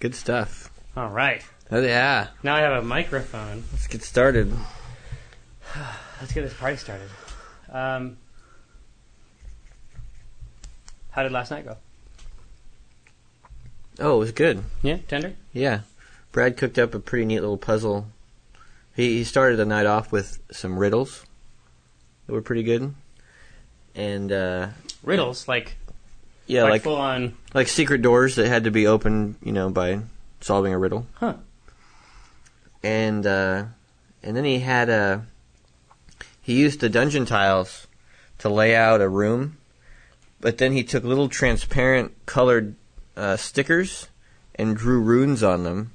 Good stuff. All right. Oh, yeah. Now I have a microphone. Let's get started. Let's get this party started. Um, how did last night go? Oh, it was good. Yeah, tender. Yeah. Brad cooked up a pretty neat little puzzle. He, he started the night off with some riddles that were pretty good. And, uh, Riddles like yeah, like, like, full on. like secret doors that had to be opened, you know, by solving a riddle. Huh. And uh, and then he had a he used the dungeon tiles to lay out a room, but then he took little transparent colored uh, stickers and drew runes on them.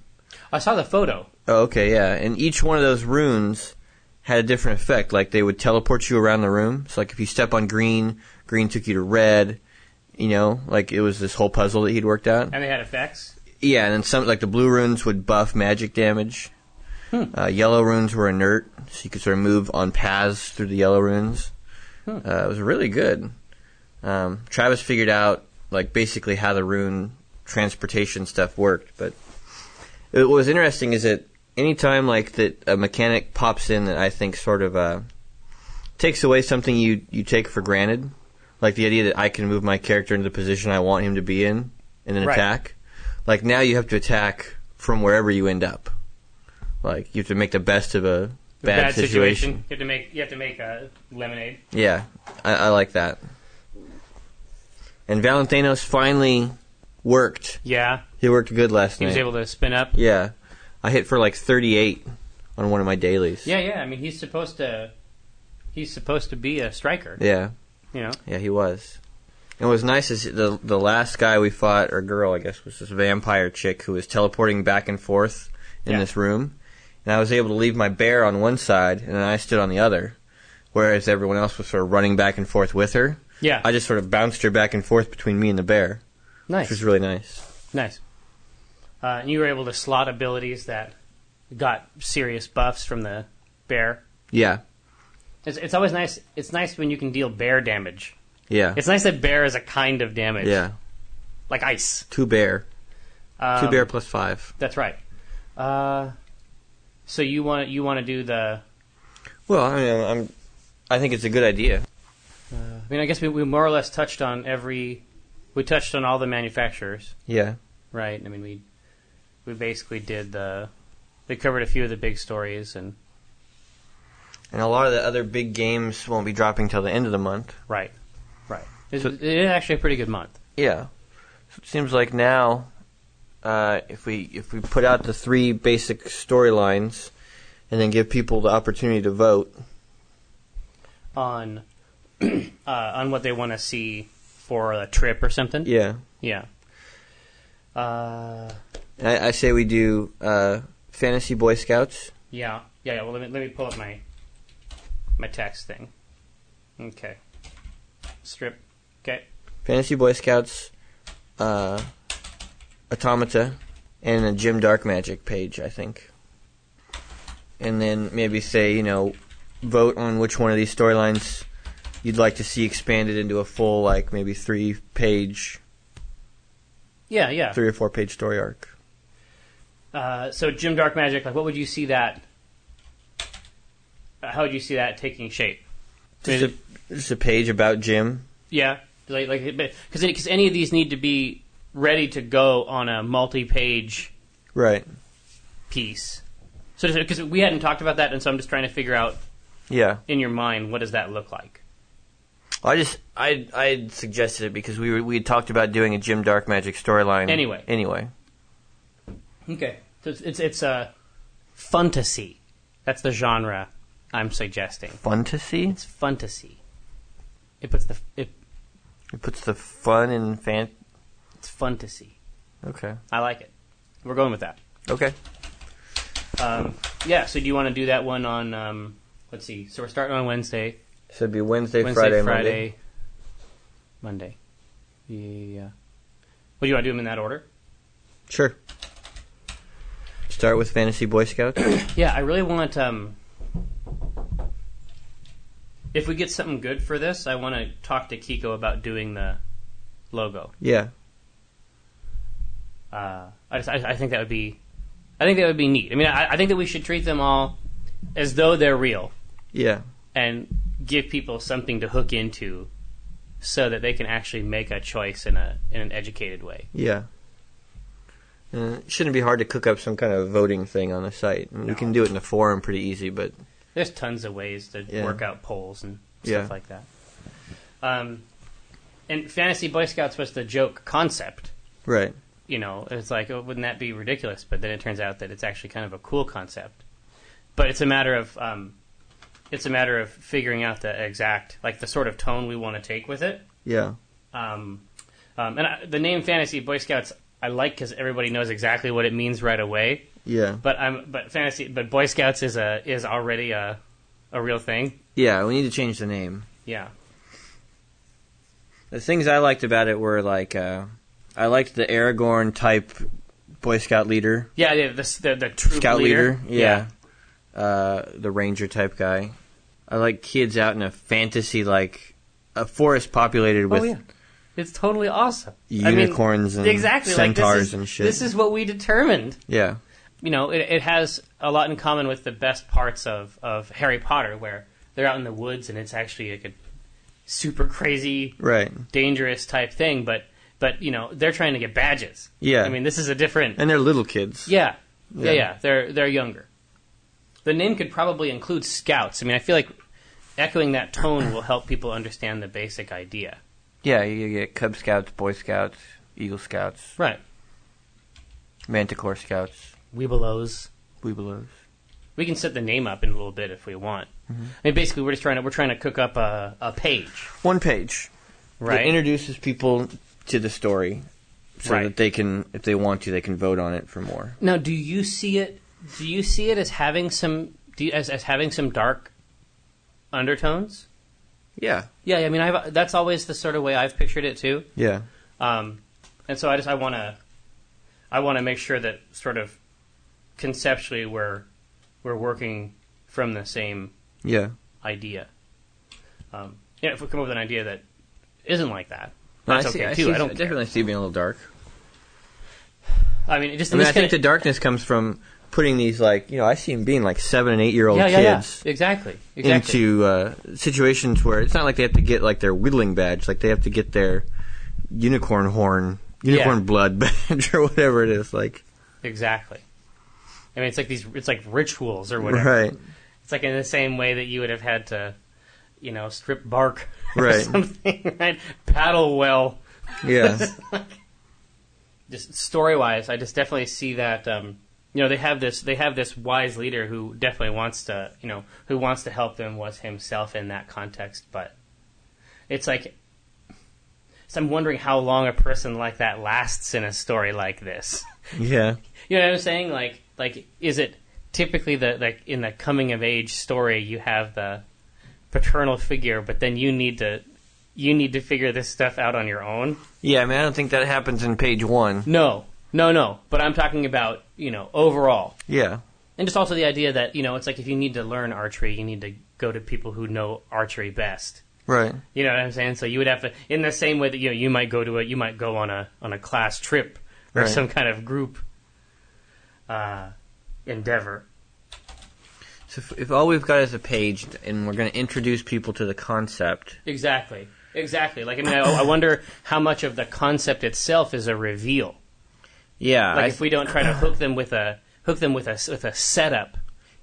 I saw the photo. Oh, okay, yeah. And each one of those runes had a different effect. Like they would teleport you around the room. So like if you step on green, green took you to red. You know, like it was this whole puzzle that he'd worked out. And they had effects. Yeah, and then some like the blue runes would buff magic damage. Uh, yellow runes were inert, so you could sort of move on paths through the yellow runes. Uh, it was really good. Um, Travis figured out like basically how the rune transportation stuff worked, but it, what was interesting is that anytime like that a mechanic pops in that I think sort of uh, takes away something you you take for granted, like the idea that I can move my character into the position I want him to be in and then Right. attack. Like now you have to attack from wherever you end up. Like you have to make the best of a bad, situation. You have to make you have to make uh, lemonade. Yeah, I, I like that. And Valentinos finally worked. Yeah, He worked good last he night. was able to spin up. Yeah. I hit for like 38 on one of my dailies. Yeah, yeah. I mean, he's supposed to he's supposed to be a striker. Yeah. You know. Yeah, he was. And what's nice is the the last guy we fought or girl, I guess, was this vampire chick who was teleporting back and forth in Yeah. this room. And I was able to leave my bear on one side and I stood on the other, whereas everyone else was sort of running back and forth with her. Yeah. I just sort of bounced her back and forth between me and the bear, nice. which was really nice. Nice. Uh, and you were able to slot abilities that got serious buffs from the bear. Yeah. It's, it's always nice. It's nice when you can deal bear damage. Yeah. It's nice that bear is a kind of damage. yeah. Like ice. Two bear. Um, Two bear plus 5. That's right. Uh, so you want you want to do the? Well, I mean, I'm I think it's a good idea. I mean, I guess we, we more or less touched on every. We touched on all the manufacturers, Yeah. right? I mean, we we basically did the. We covered a few of the big stories and And a lot of the other big games won't be dropping till the end of the month. right, right. It's, So- it is actually a pretty good month. Yeah. So it seems like now, uh, if we if we put out the three basic storylines, and then give people the opportunity to vote. on uh, on what they want to see for a trip or something. Yeah. Yeah. Uh, I, I say we do uh, fantasy Boy Scouts. yeah. Yeah. Yeah. Well, let me let me pull up my my text thing. Okay. Strip. Okay. Fantasy Boy Scouts, uh, Automata, and a Jim Dark Magic page, I think. And then maybe say, you know, vote on which one of these storylines you'd like to see expanded into a full, like, maybe three page, Yeah. Yeah. three or four page story arc. Uh, so Jim Dark Magic, like, what would you see that? uh, How would you see that taking shape? Just a, just a page about Jim. Yeah, like like because because any of these need to be ready to go on a multi-page Right. piece. So, because we hadn't talked about that, and so I'm just trying to figure out Yeah. in your mind what does that look like. I just, I, I suggested it because we were, we had talked about doing a Jim Dark Magic storyline. Anyway. Anyway. Okay, so it's it's, it's a fantasy. That's the genre I'm suggesting. Fun to see? It's fantasy. It puts the it, It puts the fun in fan. it's fantasy. Okay. I like it. We're going with that. Okay. Um, yeah. So do you want to do that one on? Um, let's see. So we're starting on Wednesday. So it'd be Wednesday, Wednesday, Friday, Monday. Friday, Monday. Yeah. What do you want to do them in that order? Sure. Start with Fantasy Boy Scouts. Yeah, I really want. Um, if we get something good for this, I want to talk to Kiko about doing the logo. yeah. Uh, I just I, I think that would be, I think that would be neat. I mean, I, I think that we should treat them all as though they're real Yeah. and give people something to hook into, so that they can actually make a choice in a in an educated way. Yeah. Uh, it shouldn't be hard to cook up some kind of voting thing on the site. I mean, We No. can do it in the forum pretty easy, but There's tons of ways to Yeah. work out polls and Yeah. stuff like that. Um, and fantasy Boy Scouts was the joke concept. right. You know, it's like, oh, wouldn't that be ridiculous? But then it turns out that it's actually kind of a cool concept. But it's a matter of um, it's a matter of figuring out the exact, like the sort of tone we want to take with it. Yeah. Um, um, and I, the name Fantasy Boy Scouts I like because everybody knows exactly what it means right away. Yeah. But I'm but fantasy but Boy Scouts is a is already a a real thing. Yeah, we need to change the name. Yeah. The things I liked about it were like uh, I liked the Aragorn type Boy Scout leader, Yeah, yeah, the the, the troop Scout leader. leader. Yeah. Uh, the Ranger type guy. I like kids out in a fantasy like a forest populated with Oh yeah. It's totally awesome. I mean, unicorns and exactly, like, this centaurs is- and shit. This is what we determined. yeah. You know, it, it has a lot in common with the best parts of, of Harry Potter, where they're out in the woods and it's actually like a super crazy, Right. dangerous type thing. But but you know, they're trying to get badges. Yeah. I mean, this is a different. And they're little kids. Yeah. Yeah. Yeah, yeah. They're they're younger. The name could probably include scouts. I mean, I feel like echoing that tone will help people understand the basic idea. Yeah, you get Cub Scouts, Boy Scouts, Eagle Scouts, Right. Manticore Scouts, Weebelows. Weebelows. We can set the name up in a little bit if we want. I mean, basically, we're just trying to we're trying to cook up a, a page, One page. right? It introduces people to the story so Right. that they can, if they want to, they can vote on it for more. now, do you see it? Do you see it as having some do you, as as having some dark undertones? Yeah. Yeah, I mean, I've, that's always the sort of way I've pictured it too. Yeah. Um, and so I just I want to I want to make sure that sort of conceptually we're we're working from the same Yeah. idea. Um, yeah, if we come up with an idea that isn't like that, No, that's I see, okay I too. see- I don't. care. definitely see it being a little dark. I mean, it just I mean, this I think kinda- the darkness comes from putting these, like, you know, I see them being like seven and eight year old yeah, yeah, yeah, kids. exactly, exactly. Into uh, situations where it's not like they have to get like their whittling badge, like they have to get their unicorn horn, unicorn blood badge, or whatever it is. Like, Exactly. I mean, it's like these, it's like rituals or whatever. right? It's like in the same way that you would have had to, you know, strip bark or Right. something, right? Paddle well. Yeah, Just story wise, I just definitely see that. Um, you know, they have this, they have this wise leader who definitely wants to, you know, who wants to help them was himself in that context. But it's like, so I'm wondering how long a person like that lasts in a story like this. yeah, You know what I'm saying? Like, like is it typically the like in the coming of age story you have the paternal figure, but then you need to you need to figure this stuff out on your own? yeah. I mean, I don't think that happens in page one. No, no, no. But I'm talking about you know overall, Yeah, and just also the idea that you know it's like if you need to learn archery, you need to go to people who know archery best. right. You know what I'm saying? So you would have to, in the same way that you know you might go to a you might go on a on a class trip or Right. some kind of group uh, endeavor. So if, if all we've got is a page, and we're going to introduce people to the concept, Exactly. Exactly. Like I mean, I, I wonder how much of the concept itself is a reveal. yeah, Like I, if we don't try to hook them with a hook them with a s- with a setup.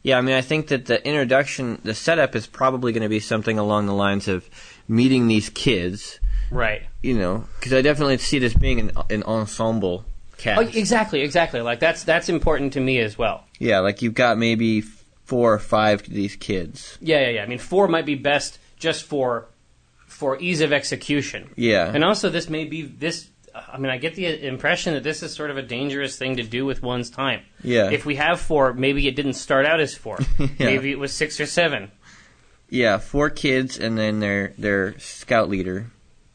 yeah. I mean, I think that the introduction, the setup, is probably going to be something along the lines of meeting these kids. Right. You know, because I definitely see this being an an ensemble cast. Oh, exactly. Exactly. Like that's that's important to me as well. yeah, like you've got maybe four or five of these kids. Yeah. Yeah. Yeah. I mean, four might be best just for for ease of execution. Yeah, And also, this may be this. I mean, I get the impression that this is sort of a dangerous thing to do with one's time. Yeah. If we have four, maybe it didn't start out as four. Uh-huh. Yeah. Maybe it was six or seven. yeah. Four kids, and then their their scout leader.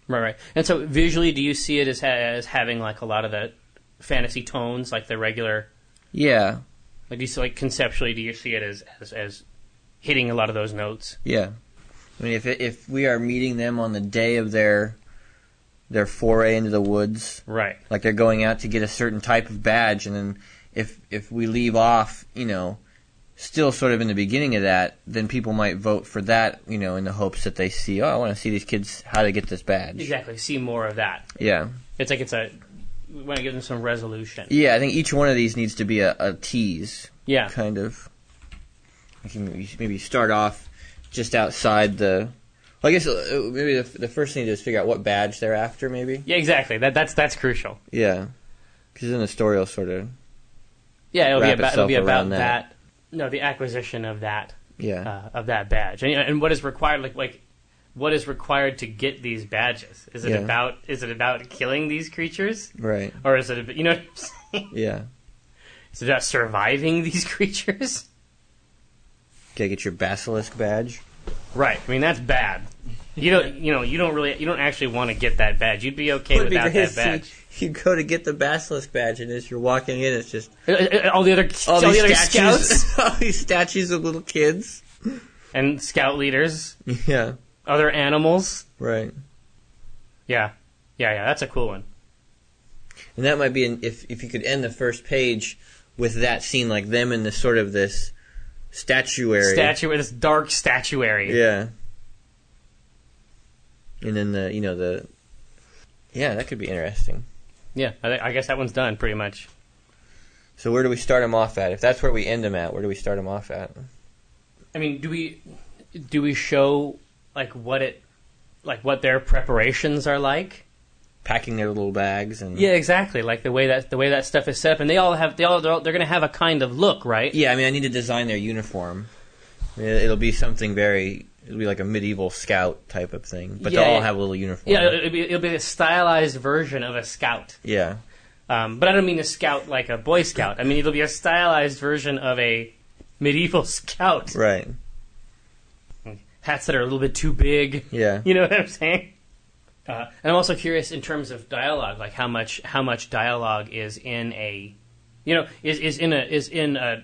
Right, right. And so visually, do you see it as ha- as having like a lot of the fantasy tones, like the regular? Yeah, Like, do you see, like conceptually, do you see it as as, as hitting a lot of those notes? Yeah, I mean, if it, if we are meeting them on the day of their their foray into the woods. Right. Like they're going out to get a certain type of badge, and then if if we leave off, you know, still sort of in the beginning of that, then people might vote for that, you know, in the hopes that they see, oh, I want to see these kids how they get this badge. Exactly. See more of that. Yeah. It's like it's a. We want to give them some resolution. Yeah, I think each one of these needs to be a, a tease, Yeah. kind of. You can maybe- maybe start off just outside the. Well, I guess uh, maybe the, the first thing to do is figure out what badge they're after, maybe. Yeah. Exactly. That that's that's crucial. Yeah. Because then the story will sort of. Yeah. It'll be Wrap about it'll be itself about around that. that. No, the acquisition of that Yeah. uh, of that badge and and what is required like like. What is required to get these badges? Is it Yeah. about is it about killing these creatures, right. or is it ab- you know what I'm saying? Yeah. is it about surviving these creatures? Gotta get your basilisk badge. Right. I mean, that's bad. You don't, you know, you don't really, you don't actually want to get that badge. You'd be okay without that badge. you go to get the basilisk badge, and as you're walking in, it's just Uh, uh, All the other, all, the other scouts all these statues of little kids. and scout leaders, Yeah. other animals. Right. Yeah, yeah, yeah. That's a cool one. And that might be an, if if you could end the first page with that scene, like them in this sort of this statuary. Statuary, this dark statuary. Yeah. And then the you know the. Yeah, that could be interesting. Yeah, I, thi- I guess that one's done pretty much. So where do we start them off at? If that's where we end them at, where do we start them off at? I mean, do we, do we show like what it, like what their preparations are like? Packing their little bags and Yeah, exactly. Like the way that the way that stuff is set up, and they all have they all they're, all, they're going to have a kind of look, right? Yeah, I mean, I need to design their uniform. I mean, It'll be something very, it'll be like a medieval scout type of thing, but Yeah, they'll yeah. all have a little uniform. Yeah, it'll be, it'll be a stylized version of a scout. yeah, Um, but I don't mean a scout like a boy scout. I mean it'll be a stylized version of a medieval scout. right. Hats that are a little bit too big. Yeah, You know what I'm saying? Uh, and I'm also curious in terms of dialogue, like how much how much dialogue is in a, you know, is, is in a is in a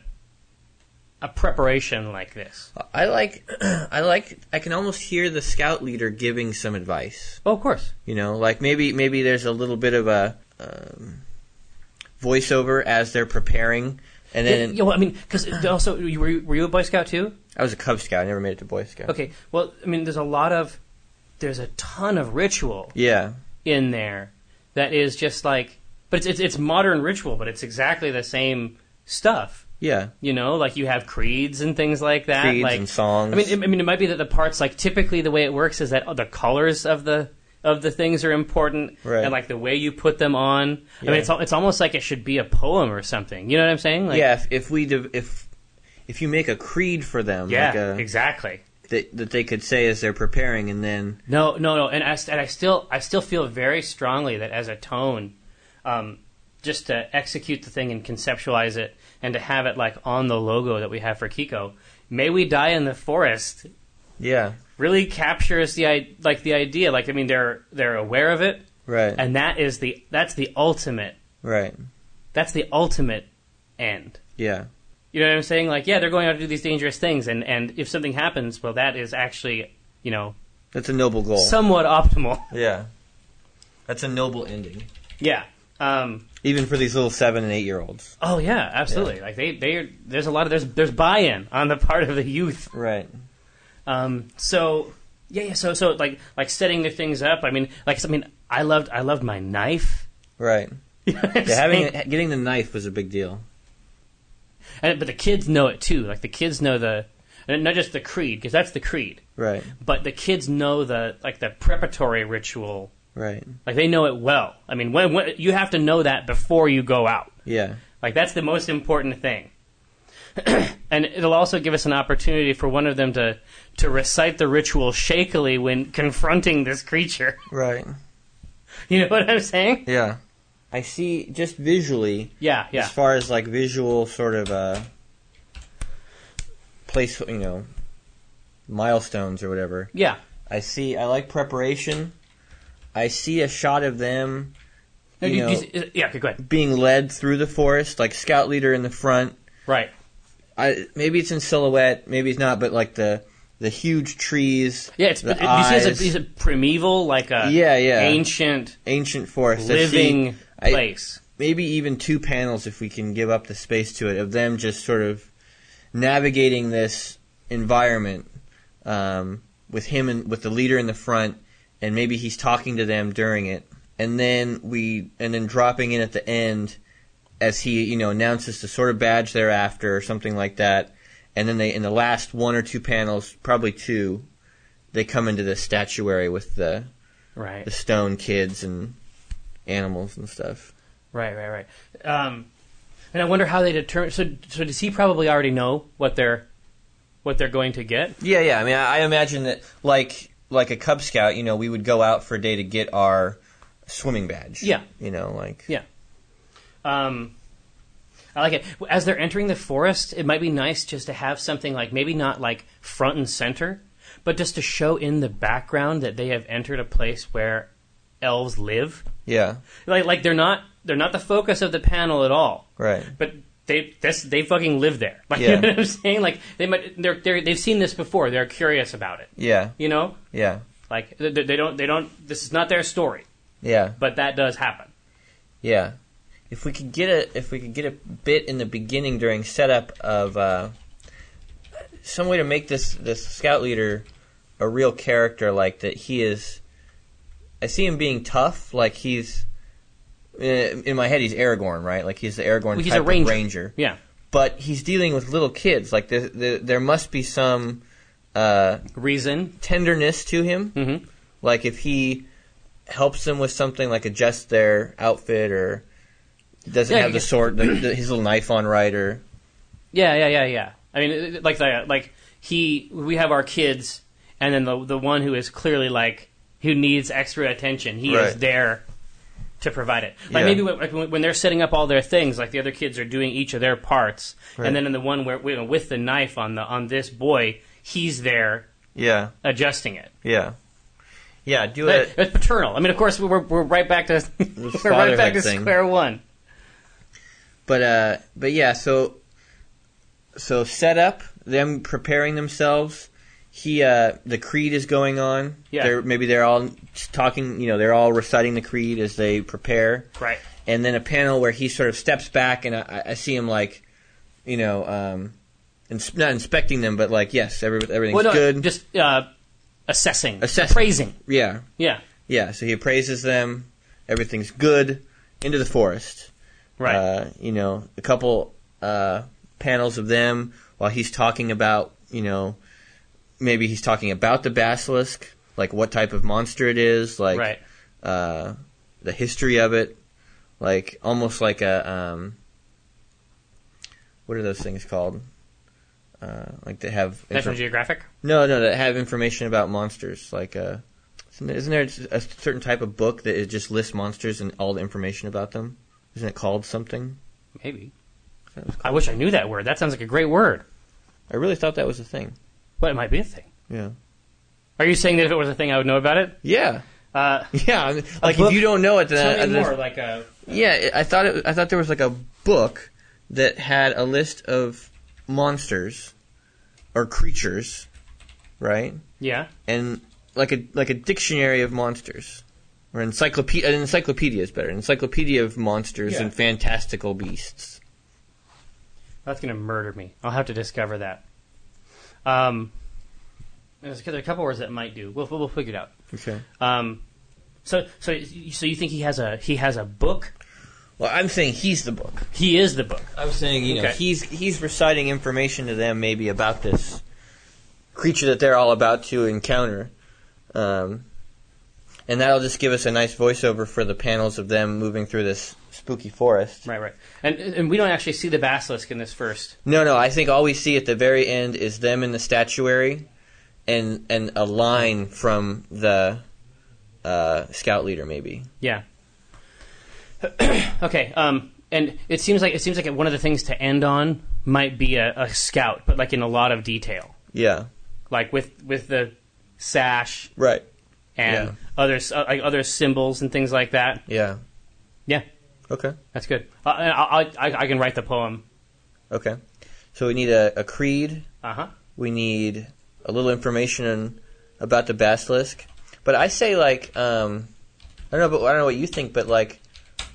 a preparation like this. I like, I like, I can almost hear the scout leader giving some advice. Oh, of course. You know, like maybe, maybe there's a little bit of a um, voiceover as they're preparing, and Yeah, then yeah, well, I mean, because also, you- were you, were you a Boy Scout too? I was a Cub Scout. I never made it to Boy Scout. Okay. Well, I mean, there's a lot of there's a ton of ritual Yeah, in there that is just like, but it's it's, it's modern ritual, but it's exactly the same stuff. yeah, You know, like you have creeds and things like that. creeds like, and songs. I mean, it, I mean, it might be that the parts like typically the way it works is that oh, the colors of the of the things are important, Right. and like the way you put them on. I Yeah. mean, it's al- it's almost like it should be a poem or something. You know what I'm saying? Like, yeah, if, if we div- if if you make a creed for them, yeah, like a, exactly. that that they could say as they're preparing, and then No, no, no, and I, and I still I still feel very strongly that as a tone, um, just to execute the thing and conceptualize it, and to have it like on the logo that we have for Kiko, "May we die in the forest" yeah, really captures the i- like the idea. Like I mean, they're they're aware of it, right, and that is the that's the ultimate right, that's the ultimate end. yeah, You know what I'm saying? Like, yeah, they're going out to do these dangerous things, and and if something happens, well, that is actually you know that's a noble goal. somewhat optimal. yeah, that's a noble ending, yeah. Um, even for these little seven and eight year olds. Oh yeah, absolutely. Like they they are, there's a lot of there's there's buy-in on the part of the youth. Right. Um so yeah, yeah, so so like like setting their things up. I mean, like I mean, I loved I loved my knife. Right. You know what I'm Yeah, having saying? getting the knife was a big deal. and, but the kids know it too. Like the kids know the and not just the creed because that's the creed, Right. but the kids know the like the preparatory ritual. Right. Like they know it well. I mean, when, when you have to know that before you go out. Yeah. Like that's the most important thing. and it'll also give us an opportunity for one of them to to recite the ritual shakily when confronting this creature. Right. You know what I'm saying? Yeah. I see just visually Yeah, yeah. as far as like visual sort of uh place you know milestones or whatever. Yeah. I see. I like preparation. I see a shot of them, No, you you- know, you- yeah, okay, go ahead. being led through the forest, like scout leader in the front. Right. I maybe it's in silhouette, maybe it's not, but like the the huge trees. Yeah, it's the it, you see, eyes. it's a, it's a primeval, like a Yeah, yeah. ancient ancient forest. I see- living I- place. maybe even two panels if we can give up the space to it of them just sort of navigating this environment um, with him and with the leader in the front, and maybe he's talking to them during it, and then we and then dropping in at the end as he you know announces the sort of badge thereafter or something like that, and then they in the last one or two panels, probably two, they come into the statuary with the right. the stone kids and animals and stuff. Right, right, right. Um, and I wonder how they determine. So, so does he probably already know what they're what they're going to get? Yeah, yeah. I mean, I, I imagine that like like a Cub Scout, you know, we would go out for a day to get our swimming badge. Yeah. You know, like Yeah. Um, I like it. As they're entering the forest, it might be nice just to have something like maybe not like front and center, but just to show in the background that they have entered a place where elves live. yeah, Like, like they're not they're not the focus of the panel at all. right. but they that's, they fucking live there. Like Yeah. you know what I'm saying? Like they might they're, they're they've seen this before. They're curious about it. Yeah, You know, yeah, like they, they don't they don't. This is not their story, yeah, but that does happen. yeah. If we could get a if we could get a bit in the beginning during setup of uh, some way to make this this scout leader a real character, like that he is. I see him being tough, like he's. In in my head, he's Aragorn, right? Like he's the Aragorn He's type a ranger. of ranger. Yeah, but he's dealing with little kids. Like there, there, there must be some uh, reason. tenderness to him. Mhm. Like if he helps them with something, like adjust their outfit or doesn't Yeah, have the yeah. sword, the, the, his little knife on right, or Yeah, yeah, yeah, yeah. I mean, it- it- like the like he we have our kids, and then the the one who is clearly like who needs extra attention. He is Right. there. To provide it, like Yeah. maybe when, like when when they're setting up all their things, like the other kids are doing each of their parts, Right. and then in the one where you know, with the knife on the on this boy, he's there yeah, adjusting it. yeah, yeah. Do But it. it's paternal. I mean, of course, we're we're right back to we're right back fatherhood to thing. square one. But uh, but yeah, so so set up them preparing themselves. He uh, the creed is going on. Yeah. They're, maybe they're all talking. You know, they're all reciting the creed as they prepare. Right. And then a panel where he sort of steps back, and I, I see him like, you know, um, ins- not inspecting them, but like, yes, every, everything's Well, no, good. just uh, assessing, Assessing. appraising. yeah, Yeah. yeah. So he praises them. Everything's good. Into the forest. Right. Uh, you know, a couple uh, panels of them while he's talking about, you know, maybe he's talking about the basilisk, like what type of monster it is, like right. uh, the history of it, like almost like a um, what are those things called? Uh, like they have National infor- Geographic. no, no, that have information about monsters. Like, uh, isn't there- isn't there a certain type of book that it just lists monsters and all the information about them? Isn't it called something? Maybe. That was I wish I knew that word. That sounds like a great word. I really thought that was a thing. But it might be a thing. Yeah. Are you saying that if it was a thing, I would know about it? Yeah. Uh, Yeah. I mean, like book- if you don't know it, then, tell I, me then- more. Like uh, a yeah, it- I thought it, I thought there was like a book that had a list of monsters or creatures, right? yeah. And like a like a dictionary of monsters. Or encyclopedia. An encyclopedia is better. An encyclopedia of monsters Yeah. and fantastical beasts. That's gonna murder me. I'll have to discover that. Um, there's there's a couple words that might do. We'll we'll figure it out. Okay. Um, so so so you think he has a he has a book? Well, I'm saying he's the book. He is the book. I'm saying you know Okay. he's he's reciting information to them maybe about this creature that they're all about to encounter, um, and that'll just give us a nice voiceover for the panels of them moving through this spooky forest. Right, right. And and we don't actually see the basilisk in this first. No, no, I think all we see at the very end is them in the statuary, and and a line from the uh, scout leader maybe. Yeah. okay. Um, and it seems like it seems like one of the things to end on might be a, a scout, but like in a lot of detail, Yeah. like with with the sash Right. and Yeah. other s- uh, like other symbols and things like that. Yeah. Yeah, Okay. that's good. Uh, I, I, I I can write the poem. Okay. So we need a, a creed. Uh huh. We need a little information about the basilisk. But I say like um, I don't know, but I don't know what you think, but like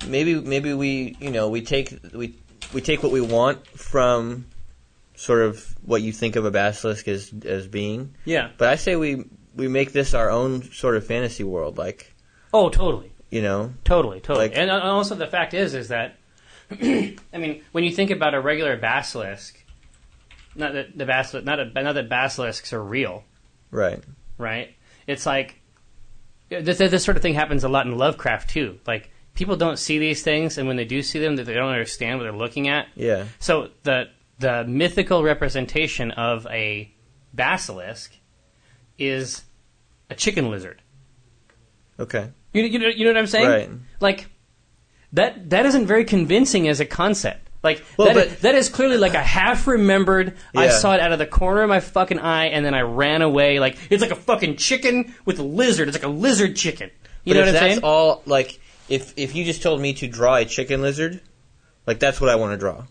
maybe maybe we you know we take we we take what we want from sort of what you think of a basilisk as as being. Yeah. But I say we we make this our own sort of fantasy world, like Oh, totally. you know, Totally, totally. Like- and uh, also the fact is, is that I mean, when you think about a regular basilisk, not that the basilisk, not, a, not that basilisks are real, right? right? It's like uh, this, this sort of thing happens a lot in Lovecraft too. Like people don't see these things, and when they do see them, they don't understand what they're looking at. Yeah, So the the mythical representation of a basilisk is a chicken lizard. okay, You, you, know, you know what I'm saying? Right. Like that that isn't very convincing as a concept. Like Well, that, is- but- that is clearly like a half remembered. I Yeah. saw it out of the corner of my fucking eye, and then I ran away. Like it's like a fucking chicken with a lizard. It's like a lizard chicken. You but know if what I'm that's saying? all, like, if if you just told me to draw a chicken lizard, like that's what I want to draw.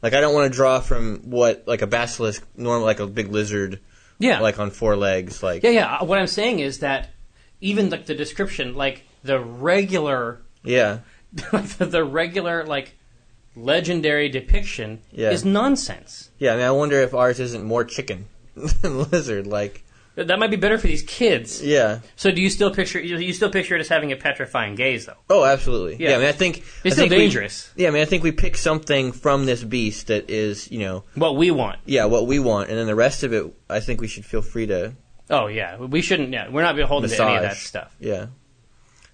Like, I don't want to draw from what like a basilisk, normal, like a big lizard, yeah. like on four legs, like yeah, yeah. What I'm saying is that even like the description, like the regular yeah, the, the regular like legendary depiction Yeah. is nonsense. yeah. I mean, I wonder if ours isn't more chicken than lizard, like That that might be better for these kids. yeah. So do you still picture you you still picture it as having a petrifying gaze though? Oh, absolutely. Yeah. Yeah, I mean, I think It's I still think we- dangerous. yeah, I mean, I think we pick something from this beast that is, you know, What we want. yeah, what we want, and then the rest of it, I think we should feel free to Oh yeah, we shouldn't. Yeah, we're not beholden to any of that Massage. stuff. Yeah.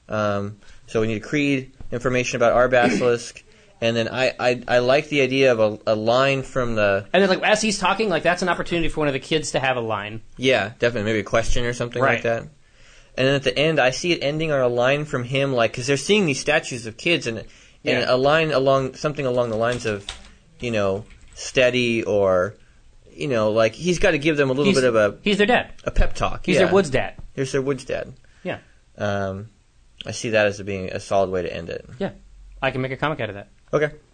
Um, so we need a creed, information about our basilisk, and then I, I, I like the idea of a, a line from the And then like as he's talking, like that's an opportunity for one of the kids to have a line. yeah definitely maybe a question or something Right. like that. And then at the end, I see it ending on a line from him, like because they're seeing these statues of kids, and and Yeah. a line along something along the lines of, you know, steady or, you know, like he's got to give them a little He's, bit of a, he's their dad. a pep talk. He's yeah. their woods dad. Here's their woods dad. Yeah, Um, I see that as being a solid way to end it. yeah. I can make a comic out of that. Okay.